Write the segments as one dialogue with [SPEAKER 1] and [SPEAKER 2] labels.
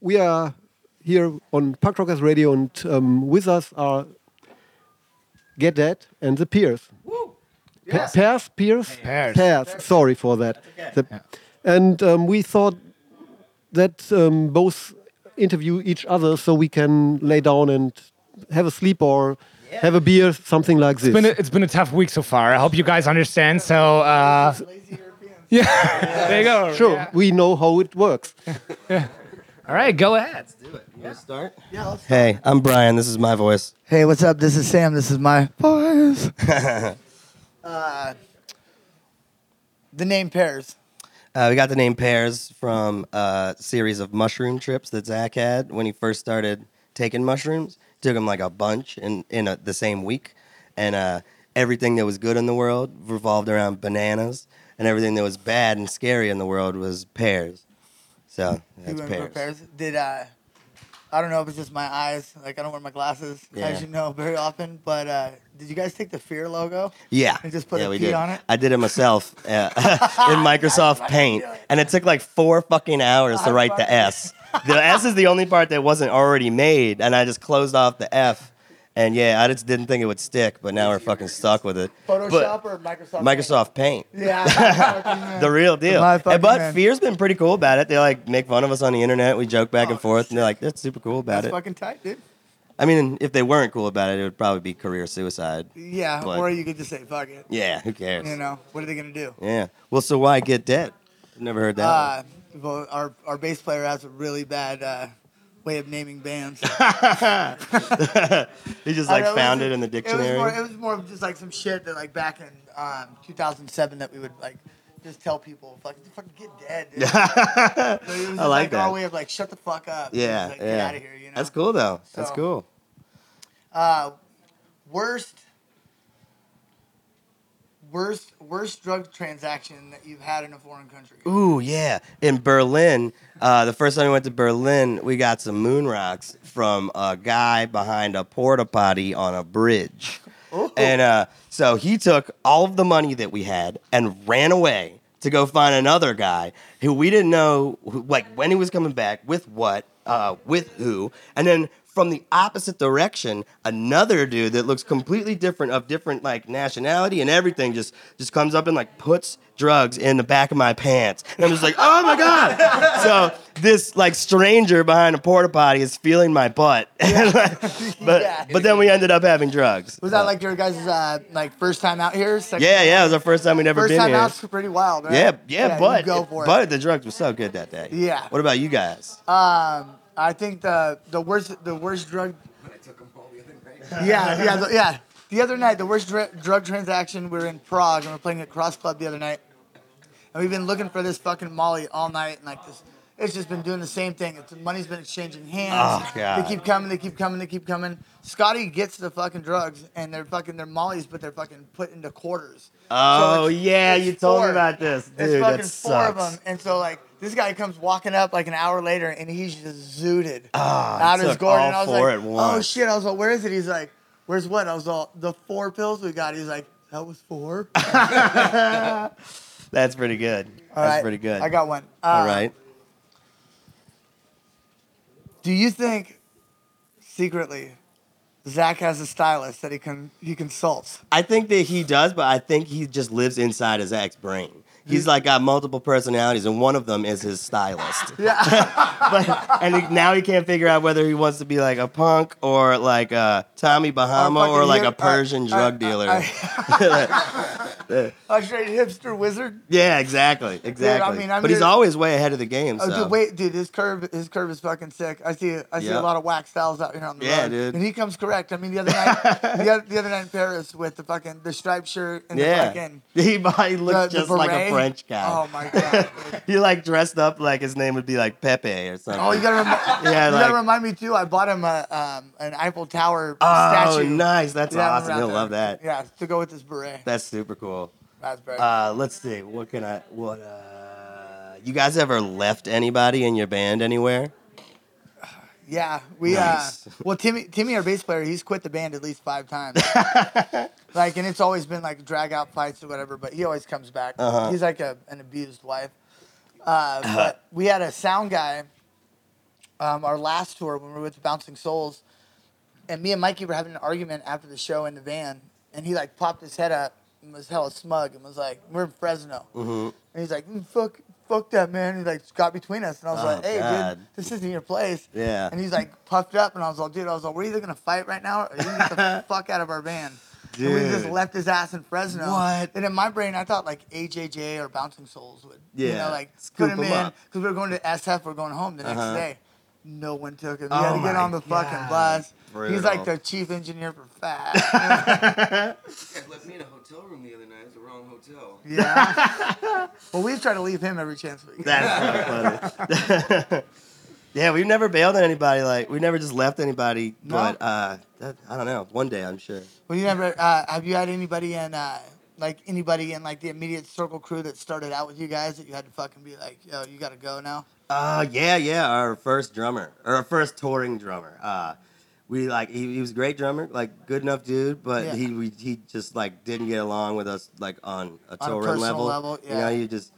[SPEAKER 1] we are here on Punk Rockers Radio, and um, with us are Get That and the Peers. Pa- Pears, Peers,
[SPEAKER 2] Pears.
[SPEAKER 1] Pears. Sorry for that. The- And um, we thought that um, both interview each other so we can lay down and have a sleep or have a beer, something like this.
[SPEAKER 2] It's been a, it's been a tough week so far. I hope you guys understand. So, uh, yeah, there you go.
[SPEAKER 1] sure,
[SPEAKER 2] Yeah.
[SPEAKER 1] we know how it works.
[SPEAKER 2] All right, go ahead.
[SPEAKER 3] start? Hey, I'm Brian. This is my voice.
[SPEAKER 4] Hey, what's up? This is Sam. This is my boys. uh, the name pairs.
[SPEAKER 3] Uh, we got the name Pears from a series of mushroom trips that Zach had when he first started taking mushrooms. Took him like a bunch in, in a, the same week. And uh, everything that was good in the world revolved around bananas. And everything that was bad and scary in the world was pears. So
[SPEAKER 4] You
[SPEAKER 3] that's
[SPEAKER 4] remember
[SPEAKER 3] pears.
[SPEAKER 4] Did uh, I don't know if it's just my eyes. Like I don't wear my glasses,
[SPEAKER 3] Yeah.
[SPEAKER 4] as you know, very often. But uh, did you guys take the fear logo?
[SPEAKER 3] Yeah.
[SPEAKER 4] And just put
[SPEAKER 3] yeah,
[SPEAKER 4] a
[SPEAKER 3] we
[SPEAKER 4] P
[SPEAKER 3] did.
[SPEAKER 4] on it?
[SPEAKER 3] I did it myself uh, in Microsoft Paint. And it took like four fucking hours to write the S. The S is the only part that wasn't already made. And I just closed off the F. And yeah, I just didn't think it would stick, but now we're fucking stuck with it.
[SPEAKER 4] Photoshop
[SPEAKER 3] But
[SPEAKER 4] or Microsoft?
[SPEAKER 3] Microsoft Paint.
[SPEAKER 4] Yeah.
[SPEAKER 3] The real deal.
[SPEAKER 4] My fucking
[SPEAKER 3] And- But
[SPEAKER 4] man.
[SPEAKER 3] Fear's been pretty cool about it. They like make fun of us on the internet. We joke back and forth, and they're like, "That's super cool about
[SPEAKER 4] Oh, That's
[SPEAKER 3] it."
[SPEAKER 4] fucking tight, dude.
[SPEAKER 3] I mean, if they weren't cool about it, it would probably be career suicide.
[SPEAKER 4] Yeah.
[SPEAKER 3] But-
[SPEAKER 4] Or you could just say fuck it.
[SPEAKER 3] Yeah, who cares?
[SPEAKER 4] You know what are they gonna do?
[SPEAKER 3] Yeah. Well, so why get dead? I've never heard that.
[SPEAKER 4] Uh, well, our our bass player has a really bad uh, way of naming bands.
[SPEAKER 3] one. He just
[SPEAKER 4] Uh, I
[SPEAKER 3] like
[SPEAKER 4] don't know,
[SPEAKER 3] found
[SPEAKER 4] was-
[SPEAKER 3] it in the
[SPEAKER 4] It was, more, it
[SPEAKER 3] dictionary.
[SPEAKER 4] was more of just like some shit that like back in um, 2007 that we would like just tell people fucking fucking get dead. Dude. So it was just,
[SPEAKER 3] I like
[SPEAKER 4] Our
[SPEAKER 3] that.
[SPEAKER 4] way of like "Oh, shut the fuck up.
[SPEAKER 3] Yeah,
[SPEAKER 4] Just, like, Get
[SPEAKER 3] yeah.
[SPEAKER 4] out of here. You know.
[SPEAKER 3] That's cool though. That's
[SPEAKER 4] So-
[SPEAKER 3] cool.
[SPEAKER 4] Uh, worst. Worst worst drug transaction that you've had in a foreign country.
[SPEAKER 3] Ooh, yeah. In Berlin, uh, the first time we went to Berlin, we got some moon rocks from a guy behind a porta potty on a bridge. And uh, so he took all of the money that we had and ran away to go find another guy who we didn't know, who, like when he was coming back, with what, uh, with who. And then from the opposite direction, another dude that looks completely different, of different like nationality and everything, just just comes up and like puts drugs in the back of my pants, and I'm just like, oh my god! so this like stranger behind a porta potty is feeling my butt, And, like, but
[SPEAKER 4] Yeah.
[SPEAKER 3] but then we ended up having drugs.
[SPEAKER 4] Was that like your guys' uh, like first time out here? Second
[SPEAKER 3] Yeah, yeah, it was our first time we never
[SPEAKER 4] First
[SPEAKER 3] been
[SPEAKER 4] time
[SPEAKER 3] here.
[SPEAKER 4] out's pretty wild, right?
[SPEAKER 3] yeah, yeah,
[SPEAKER 4] you
[SPEAKER 3] but
[SPEAKER 4] go for it.
[SPEAKER 3] but the drugs were so good that day.
[SPEAKER 4] Yeah.
[SPEAKER 3] What about you guys?
[SPEAKER 4] Um, I think the the worst the worst drug. Yeah, yeah, the, yeah. The other night, the worst dr- drug transaction. We were in Prague and we are playing at Cross Club the other night, and we've been looking for this fucking Molly all night and like this. It's just been doing the same thing. It's, money's been exchanging hands.
[SPEAKER 3] Oh, God.
[SPEAKER 4] They keep coming. They keep coming. They keep coming. Scotty gets the fucking drugs, and they're fucking they're mollies, but they're fucking put into quarters.
[SPEAKER 3] Oh
[SPEAKER 4] it's-
[SPEAKER 3] yeah,
[SPEAKER 4] it's
[SPEAKER 3] you told
[SPEAKER 4] four.
[SPEAKER 3] me about this, dude.
[SPEAKER 4] There's fucking
[SPEAKER 3] that
[SPEAKER 4] four
[SPEAKER 3] sucks.
[SPEAKER 4] of them, and so like this guy comes walking up like an hour later, and he's just zooted out
[SPEAKER 3] Ah, he
[SPEAKER 4] his
[SPEAKER 3] took
[SPEAKER 4] gourd.
[SPEAKER 3] all
[SPEAKER 4] And I was
[SPEAKER 3] four
[SPEAKER 4] like,
[SPEAKER 3] at
[SPEAKER 4] "Oh
[SPEAKER 3] once."
[SPEAKER 4] shit!" I was like, "Where is it?" He's like, "Where's what?" I was all, "The four pills we got." He's like, "That was four? All right,
[SPEAKER 3] That's pretty good. That's pretty good.
[SPEAKER 4] I got one. Uh,
[SPEAKER 3] All right.
[SPEAKER 4] Do you think secretly Zach has a stylist that he can he consults?
[SPEAKER 3] I think that he does, but I think he just lives inside his ex brain. He's like got multiple personalities, and one of them is his stylist.
[SPEAKER 4] Yeah,
[SPEAKER 3] but, and he, now he can't figure out whether he wants to be like a punk or like a Tommy Bahama
[SPEAKER 4] Oh, fucking
[SPEAKER 3] or like a
[SPEAKER 4] hip-
[SPEAKER 3] Persian
[SPEAKER 4] uh,
[SPEAKER 3] drug
[SPEAKER 4] uh,
[SPEAKER 3] dealer.
[SPEAKER 4] a straight hipster wizard.
[SPEAKER 3] yeah, exactly, exactly.
[SPEAKER 4] mean, I'm
[SPEAKER 3] but he's
[SPEAKER 4] here-
[SPEAKER 3] always way ahead of the game.
[SPEAKER 4] Oh,
[SPEAKER 3] so.
[SPEAKER 4] dude, wait, dude, his curve, his curve is fucking sick. I see, I see
[SPEAKER 3] Yeah.
[SPEAKER 4] a lot of whack styles out here on the
[SPEAKER 3] Yeah,
[SPEAKER 4] road.
[SPEAKER 3] dude.
[SPEAKER 4] And he comes correct. I mean, the other night, the, other, the other night in Paris with the fucking the striped shirt and the
[SPEAKER 3] yeah,
[SPEAKER 4] fucking
[SPEAKER 3] he, he
[SPEAKER 4] the,
[SPEAKER 3] looked
[SPEAKER 4] the
[SPEAKER 3] just like a
[SPEAKER 4] beret.
[SPEAKER 3] French guy.
[SPEAKER 4] Oh my god. dude.
[SPEAKER 3] he like dressed up like his name would be like Pepe or something.
[SPEAKER 4] Oh, you gotta, remi-
[SPEAKER 3] Yeah,
[SPEAKER 4] you
[SPEAKER 3] like-
[SPEAKER 4] gotta remind me too. I bought him a um, an Eiffel Tower
[SPEAKER 3] Oh,
[SPEAKER 4] statue.
[SPEAKER 3] nice! That's
[SPEAKER 4] Yeah, I remember
[SPEAKER 3] awesome.
[SPEAKER 4] out
[SPEAKER 3] He'll
[SPEAKER 4] there.
[SPEAKER 3] love that.
[SPEAKER 4] Yeah, to go with this beret.
[SPEAKER 3] That's super cool.
[SPEAKER 4] That's very.
[SPEAKER 3] Uh, let's see. What can I? What? Uh, you guys ever left anybody in your band anywhere?
[SPEAKER 4] Yeah, we
[SPEAKER 3] Nice.
[SPEAKER 4] uh well Timmy Timmy our bass player, he's quit the band at least 5 times. like and it's always been like drag out fights or whatever, but he always comes back.
[SPEAKER 3] Uh-huh.
[SPEAKER 4] He's like a, an abused wife. Uh, but we had a sound guy um, our last tour when we were with Bouncing Souls, and me and Mikey were having an argument after the show in the van, and he like popped his head up and was hella smug and was like, "We're in Fresno,"
[SPEAKER 3] Mm-hmm.
[SPEAKER 4] and he's like, "Mm, "Fuck, fuck that man," he like got between us, and I was
[SPEAKER 3] Oh,
[SPEAKER 4] like, "Hey,
[SPEAKER 3] God.
[SPEAKER 4] dude, this isn't your place."
[SPEAKER 3] Yeah.
[SPEAKER 4] and he's like puffed up, and I was like, "Dude, I was like, we're either gonna fight right now, or you can get the fuck out of our van." And we just
[SPEAKER 3] Dude.
[SPEAKER 4] left his ass in Fresno.
[SPEAKER 3] What?
[SPEAKER 4] And in my brain, I thought like AJJ or Bouncing Souls would, you
[SPEAKER 3] Yeah.
[SPEAKER 4] know, like
[SPEAKER 3] Scoop
[SPEAKER 4] put him,
[SPEAKER 3] him
[SPEAKER 4] in
[SPEAKER 3] up.
[SPEAKER 4] because we were going to SF. We're going home the next
[SPEAKER 3] Uh-huh.
[SPEAKER 4] day. No one took him. He
[SPEAKER 3] Oh
[SPEAKER 4] had to get
[SPEAKER 3] my
[SPEAKER 4] on the fucking
[SPEAKER 3] God.
[SPEAKER 4] bus. He's like
[SPEAKER 3] Brutal.
[SPEAKER 4] the chief engineer for Fat.
[SPEAKER 5] guys left me in a hotel room the other night. It was the wrong hotel.
[SPEAKER 4] yeah. well, we try to leave him every chance we get.
[SPEAKER 3] That's so funny. yeah, we've never bailed on anybody. Like we never just left anybody.
[SPEAKER 4] No.
[SPEAKER 3] But uh, that, I don't know. One day, I'm sure.
[SPEAKER 4] Well, you never uh, have you had anybody in uh, like anybody in like the immediate circle crew that started out with you guys that you had to fucking be like, yo, you gotta go now.
[SPEAKER 3] Uh, yeah, yeah. Our first drummer, or our first touring drummer. Uh, we like he, he was a great drummer, like good enough dude, but
[SPEAKER 4] Yeah.
[SPEAKER 3] he we, he just like didn't get along with us like on a
[SPEAKER 4] On a
[SPEAKER 3] touring
[SPEAKER 4] personal
[SPEAKER 3] level.
[SPEAKER 4] level,
[SPEAKER 3] You know,
[SPEAKER 4] yeah.
[SPEAKER 3] he just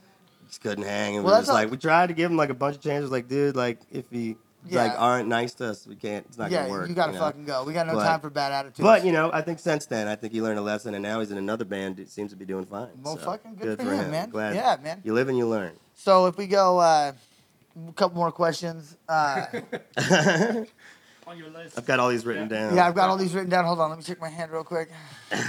[SPEAKER 3] just couldn't hang, and we were
[SPEAKER 4] Well, that's
[SPEAKER 3] just
[SPEAKER 4] how-
[SPEAKER 3] like we tried to give him like a bunch of chances, like dude, like if he like
[SPEAKER 4] Yeah.
[SPEAKER 3] aren't nice to us, we can't. It's not
[SPEAKER 4] yeah,
[SPEAKER 3] gonna work.
[SPEAKER 4] you gotta
[SPEAKER 3] know?
[SPEAKER 4] fucking go. We got no
[SPEAKER 3] But-
[SPEAKER 4] time for bad attitudes.
[SPEAKER 3] But you know, I think since then, I think he learned a lesson, and now he's in another band. It seems to be doing fine.
[SPEAKER 4] Well,
[SPEAKER 3] so,
[SPEAKER 4] fucking good for him, man.
[SPEAKER 3] Glad
[SPEAKER 4] Yeah, man.
[SPEAKER 3] You live and you learn.
[SPEAKER 4] So if we go uh, a couple more questions. Uh,
[SPEAKER 3] I've
[SPEAKER 2] On your list.
[SPEAKER 3] got all these written down.
[SPEAKER 4] yeah, I've got all these written down. Hold on, let me check my hand real quick.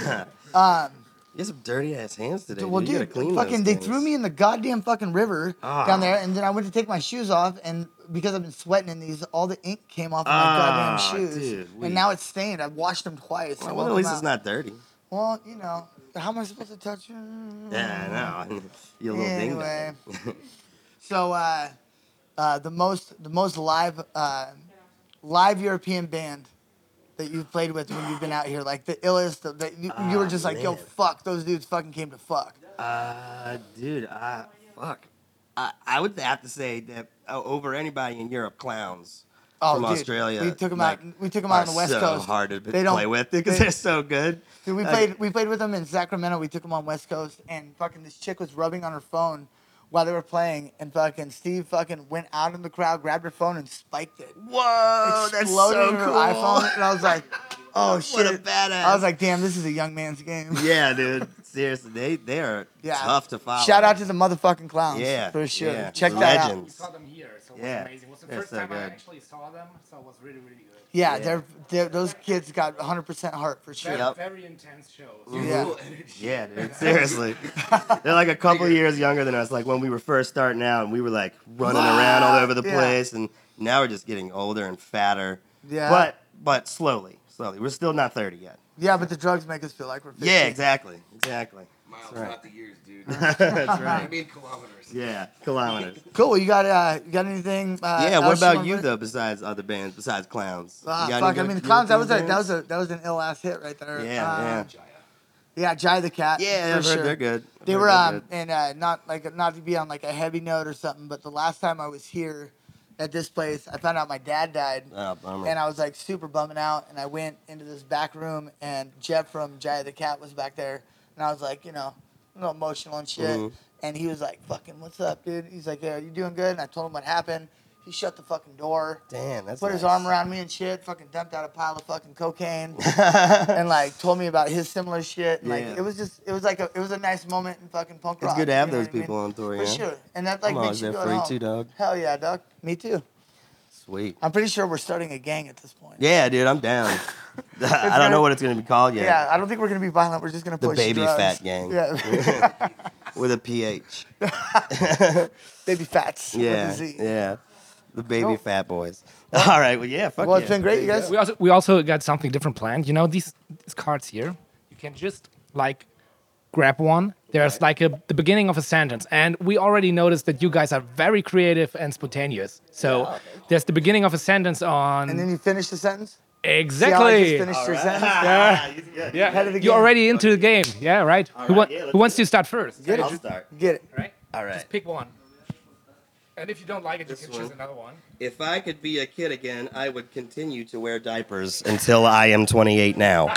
[SPEAKER 4] Um,
[SPEAKER 3] You have some dirty ass hands today.
[SPEAKER 4] well,
[SPEAKER 3] dude, you
[SPEAKER 4] dude,
[SPEAKER 3] gotta clean
[SPEAKER 4] fucking,
[SPEAKER 3] those
[SPEAKER 4] they
[SPEAKER 3] things.
[SPEAKER 4] threw me in the goddamn fucking river
[SPEAKER 3] Ah.
[SPEAKER 4] down there, and then I went to take my shoes off, and because I've been sweating in these, all the ink came off of my
[SPEAKER 3] Ah,
[SPEAKER 4] goddamn shoes,
[SPEAKER 3] dude, we-
[SPEAKER 4] and now it's stained. I've washed them twice. and
[SPEAKER 3] Well, at
[SPEAKER 4] won't
[SPEAKER 3] least
[SPEAKER 4] come
[SPEAKER 3] it's
[SPEAKER 4] out.
[SPEAKER 3] not dirty.
[SPEAKER 4] Well, you know, how am I supposed to touch?
[SPEAKER 3] Yeah, I know. you little
[SPEAKER 4] Mm. Anyway.
[SPEAKER 3] ding dong.
[SPEAKER 4] So uh, uh, the most the most live uh, live European band that you've played with when you've been out here, like the illest, the, the, you, you were
[SPEAKER 3] Ah,
[SPEAKER 4] just like, yo,
[SPEAKER 3] man.
[SPEAKER 4] fuck, those dudes fucking came to fuck.
[SPEAKER 3] Uh, dude, I fuck. I, I would have to say that uh, over anybody in Europe, clowns
[SPEAKER 4] Oh,
[SPEAKER 3] from
[SPEAKER 4] dude,
[SPEAKER 3] Australia.
[SPEAKER 4] we took 'em
[SPEAKER 3] like,
[SPEAKER 4] out- we took 'em out
[SPEAKER 3] are
[SPEAKER 4] on the West
[SPEAKER 3] so
[SPEAKER 4] Coast.
[SPEAKER 3] hard to
[SPEAKER 4] They don't-
[SPEAKER 3] play with because
[SPEAKER 4] they-
[SPEAKER 3] they, are so good.
[SPEAKER 4] Dude, we
[SPEAKER 3] Like,
[SPEAKER 4] played we played with them in Sacramento. We took them on West Coast, and fucking this chick was rubbing on her phone while they were playing, and fucking Steve fucking went out in the crowd, grabbed her phone, and spiked it.
[SPEAKER 3] Whoa, Oh, that's
[SPEAKER 4] Exploded
[SPEAKER 3] so
[SPEAKER 4] in her
[SPEAKER 3] cool.
[SPEAKER 4] iPhone, and I was like, oh shit,
[SPEAKER 3] What a badass.
[SPEAKER 4] I was like, damn, this is a young man's game.
[SPEAKER 3] yeah, dude. Seriously, they they are
[SPEAKER 4] Yeah.
[SPEAKER 3] tough to follow.
[SPEAKER 4] Shout out to the motherfucking clowns.
[SPEAKER 3] yeah
[SPEAKER 4] For sure.
[SPEAKER 3] yeah,
[SPEAKER 4] Check that out.
[SPEAKER 2] We
[SPEAKER 3] legends.
[SPEAKER 2] saw them here, so it was
[SPEAKER 3] Yeah,
[SPEAKER 2] amazing. It was the
[SPEAKER 3] they're
[SPEAKER 2] first
[SPEAKER 3] so
[SPEAKER 2] time I
[SPEAKER 3] good.
[SPEAKER 2] actually saw them, so it was really, really good.
[SPEAKER 4] Yeah,
[SPEAKER 3] Yeah.
[SPEAKER 4] They're, they're those kids got 100% heart for sure.
[SPEAKER 2] Very,
[SPEAKER 3] Yep.
[SPEAKER 2] very intense show. So
[SPEAKER 4] Yeah.
[SPEAKER 5] Cool energy.
[SPEAKER 3] Yeah, dude. Seriously, they're like a couple years younger than us. Like when we were first starting out, and we were like running around all over the
[SPEAKER 4] Yeah.
[SPEAKER 3] place, and now we're just getting older and fatter.
[SPEAKER 4] Yeah.
[SPEAKER 3] But but slowly, slowly. We're still not thirty yet.
[SPEAKER 4] Yeah, but the drugs make us feel like we're 15.
[SPEAKER 3] Yeah, exactly, exactly.
[SPEAKER 5] Miles,
[SPEAKER 3] That's right.
[SPEAKER 5] not the years, dude.
[SPEAKER 3] That's
[SPEAKER 5] I
[SPEAKER 3] right.
[SPEAKER 5] mean kilometers.
[SPEAKER 3] Yeah, kilometers.
[SPEAKER 4] Cool. Well, you got uh, you got anything? Uh,
[SPEAKER 3] yeah. What
[SPEAKER 4] else
[SPEAKER 3] about
[SPEAKER 4] wanna
[SPEAKER 3] you
[SPEAKER 4] put-
[SPEAKER 3] though? Besides other bands, besides clowns.
[SPEAKER 4] Ah,
[SPEAKER 3] You got any
[SPEAKER 4] fuck. I
[SPEAKER 3] good
[SPEAKER 4] mean, the clowns. That was a
[SPEAKER 3] European
[SPEAKER 4] that was a that was an ill ass hit right there.
[SPEAKER 3] bands?
[SPEAKER 4] Uh,
[SPEAKER 3] Yeah, yeah,
[SPEAKER 4] Yeah, Jai the cat.
[SPEAKER 3] yeah.
[SPEAKER 4] for
[SPEAKER 3] I've
[SPEAKER 4] sure.
[SPEAKER 3] heard they're good. I've
[SPEAKER 4] They
[SPEAKER 3] heard
[SPEAKER 4] were
[SPEAKER 3] they're
[SPEAKER 4] um
[SPEAKER 3] good.
[SPEAKER 4] and uh not like not to be on like a heavy note or something, but the last time I was here at this place, I found out my dad died.
[SPEAKER 3] Oh, bummer.
[SPEAKER 4] and I was like super bumming out. And I went into this back room, and Jeff from Jai the Cat was back there, and I was like, you know, a little emotional and shit.
[SPEAKER 3] Mhm.
[SPEAKER 4] And he was like, "Fucking, what's up, dude?" He's like, "Yeah, you doing good?" And I told him what happened. He shut the fucking door,
[SPEAKER 3] Damn, that's
[SPEAKER 4] put his
[SPEAKER 3] nice.
[SPEAKER 4] arm around me and shit. Fucking dumped out a pile of fucking cocaine, and like told me about his similar shit. And, Like
[SPEAKER 3] Yeah.
[SPEAKER 4] it was just, it was like a, it was a nice moment in fucking punk
[SPEAKER 3] It's
[SPEAKER 4] rock.
[SPEAKER 3] good to have
[SPEAKER 4] you know
[SPEAKER 3] those
[SPEAKER 4] what I mean?
[SPEAKER 3] people on tour.
[SPEAKER 4] For
[SPEAKER 3] yeah?
[SPEAKER 4] sure, and that like
[SPEAKER 3] I'm always
[SPEAKER 4] makes you
[SPEAKER 3] there
[SPEAKER 4] go
[SPEAKER 3] for you
[SPEAKER 4] home.
[SPEAKER 3] too, dog.
[SPEAKER 4] Hell yeah, dog. Me too.
[SPEAKER 3] Sweet.
[SPEAKER 4] I'm pretty sure we're starting a gang at this point.
[SPEAKER 3] Yeah, dude, I'm down. I don't
[SPEAKER 4] gonna-
[SPEAKER 3] know what it's gonna be called yet.
[SPEAKER 4] Yeah, I don't think we're gonna be violent. We're just gonna
[SPEAKER 3] The
[SPEAKER 4] push
[SPEAKER 3] baby
[SPEAKER 4] drugs.
[SPEAKER 3] fat gang.
[SPEAKER 4] Yeah,
[SPEAKER 3] With a PH.
[SPEAKER 4] baby fats.
[SPEAKER 3] Yeah.
[SPEAKER 4] With a Z.
[SPEAKER 3] Yeah. The baby
[SPEAKER 4] Nope.
[SPEAKER 3] fat boys. All right. Well, yeah. Fuck
[SPEAKER 4] Well,
[SPEAKER 3] yeah.
[SPEAKER 4] it's been great, you guys.
[SPEAKER 2] we also we also got something different planned. You know these these cards here. You can just like grab one. There's like a the beginning of a sentence, and we already noticed that you guys are very creative and spontaneous. So there's the beginning of a sentence on
[SPEAKER 4] And then you finish the sentence. See how I just
[SPEAKER 2] exactly.
[SPEAKER 4] finished your sentence.
[SPEAKER 3] Ah, he's good.
[SPEAKER 2] yeah,
[SPEAKER 4] ahead of the
[SPEAKER 2] you're
[SPEAKER 4] game.
[SPEAKER 2] already into the game. Yeah, right. who
[SPEAKER 3] right,
[SPEAKER 2] want,
[SPEAKER 3] yeah, let's
[SPEAKER 2] who wants
[SPEAKER 3] do
[SPEAKER 2] to start first?
[SPEAKER 4] Get
[SPEAKER 3] I'll
[SPEAKER 4] it.
[SPEAKER 3] start.
[SPEAKER 4] Get it.
[SPEAKER 2] Right.
[SPEAKER 3] All right.
[SPEAKER 2] Just pick one. And if you don't like it, you
[SPEAKER 3] This
[SPEAKER 2] can choose
[SPEAKER 3] one.
[SPEAKER 2] another one.
[SPEAKER 3] If I could be a kid again, I would continue to wear diapers until I am 28 now.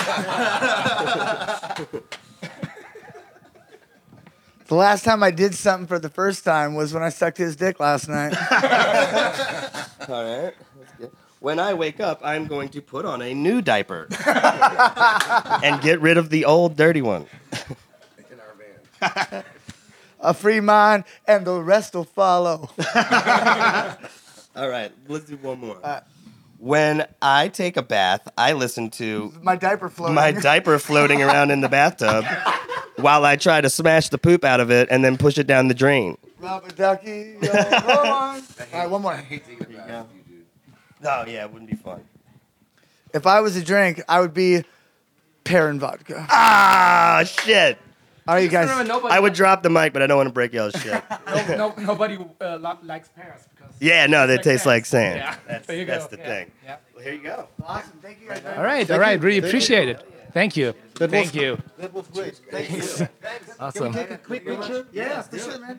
[SPEAKER 4] The last time I did something for the first time was when I sucked his dick last night.
[SPEAKER 3] All right. That's good. When I wake up, I'm going to put on a new diaper and get rid of the old dirty one.
[SPEAKER 5] in our van.
[SPEAKER 4] A free mind, and the rest will follow.
[SPEAKER 3] All right, let's do one more. when I take a bath, I listen to
[SPEAKER 4] My diaper floating.
[SPEAKER 3] my diaper floating around in the bathtub while I try to smash the poop out of it and then push it down the drain.
[SPEAKER 4] Rubber ducky. yo, roll on. All right, one
[SPEAKER 5] I
[SPEAKER 4] more.
[SPEAKER 5] hate thinking about it, you dude.
[SPEAKER 3] Oh yeah, it wouldn't be fun.
[SPEAKER 4] If I was a drink, I would be pear and vodka.
[SPEAKER 3] Ah shit.
[SPEAKER 4] All right, you
[SPEAKER 2] Remember,
[SPEAKER 4] guys.
[SPEAKER 2] nobody,
[SPEAKER 3] I would drop the mic, but I don't want to break y'all's shit.
[SPEAKER 2] no, no, nobody uh, li- likes pears because
[SPEAKER 3] Yeah, no, they
[SPEAKER 2] Like
[SPEAKER 3] taste
[SPEAKER 2] sand.
[SPEAKER 3] like sand.
[SPEAKER 2] Yeah,
[SPEAKER 3] That's,
[SPEAKER 2] there you
[SPEAKER 3] that's
[SPEAKER 2] go.
[SPEAKER 3] the
[SPEAKER 2] Yeah.
[SPEAKER 3] thing.
[SPEAKER 2] Yeah.
[SPEAKER 3] Well, here you go.
[SPEAKER 4] Awesome. Thank you guys.
[SPEAKER 2] All right, all right. Really
[SPEAKER 1] Thank you.
[SPEAKER 2] appreciate it. Thank you.
[SPEAKER 1] That
[SPEAKER 2] Thank
[SPEAKER 1] was-
[SPEAKER 2] you.
[SPEAKER 1] That was great.
[SPEAKER 2] Awesome.
[SPEAKER 4] a quick picture? Yeah, for sure, man.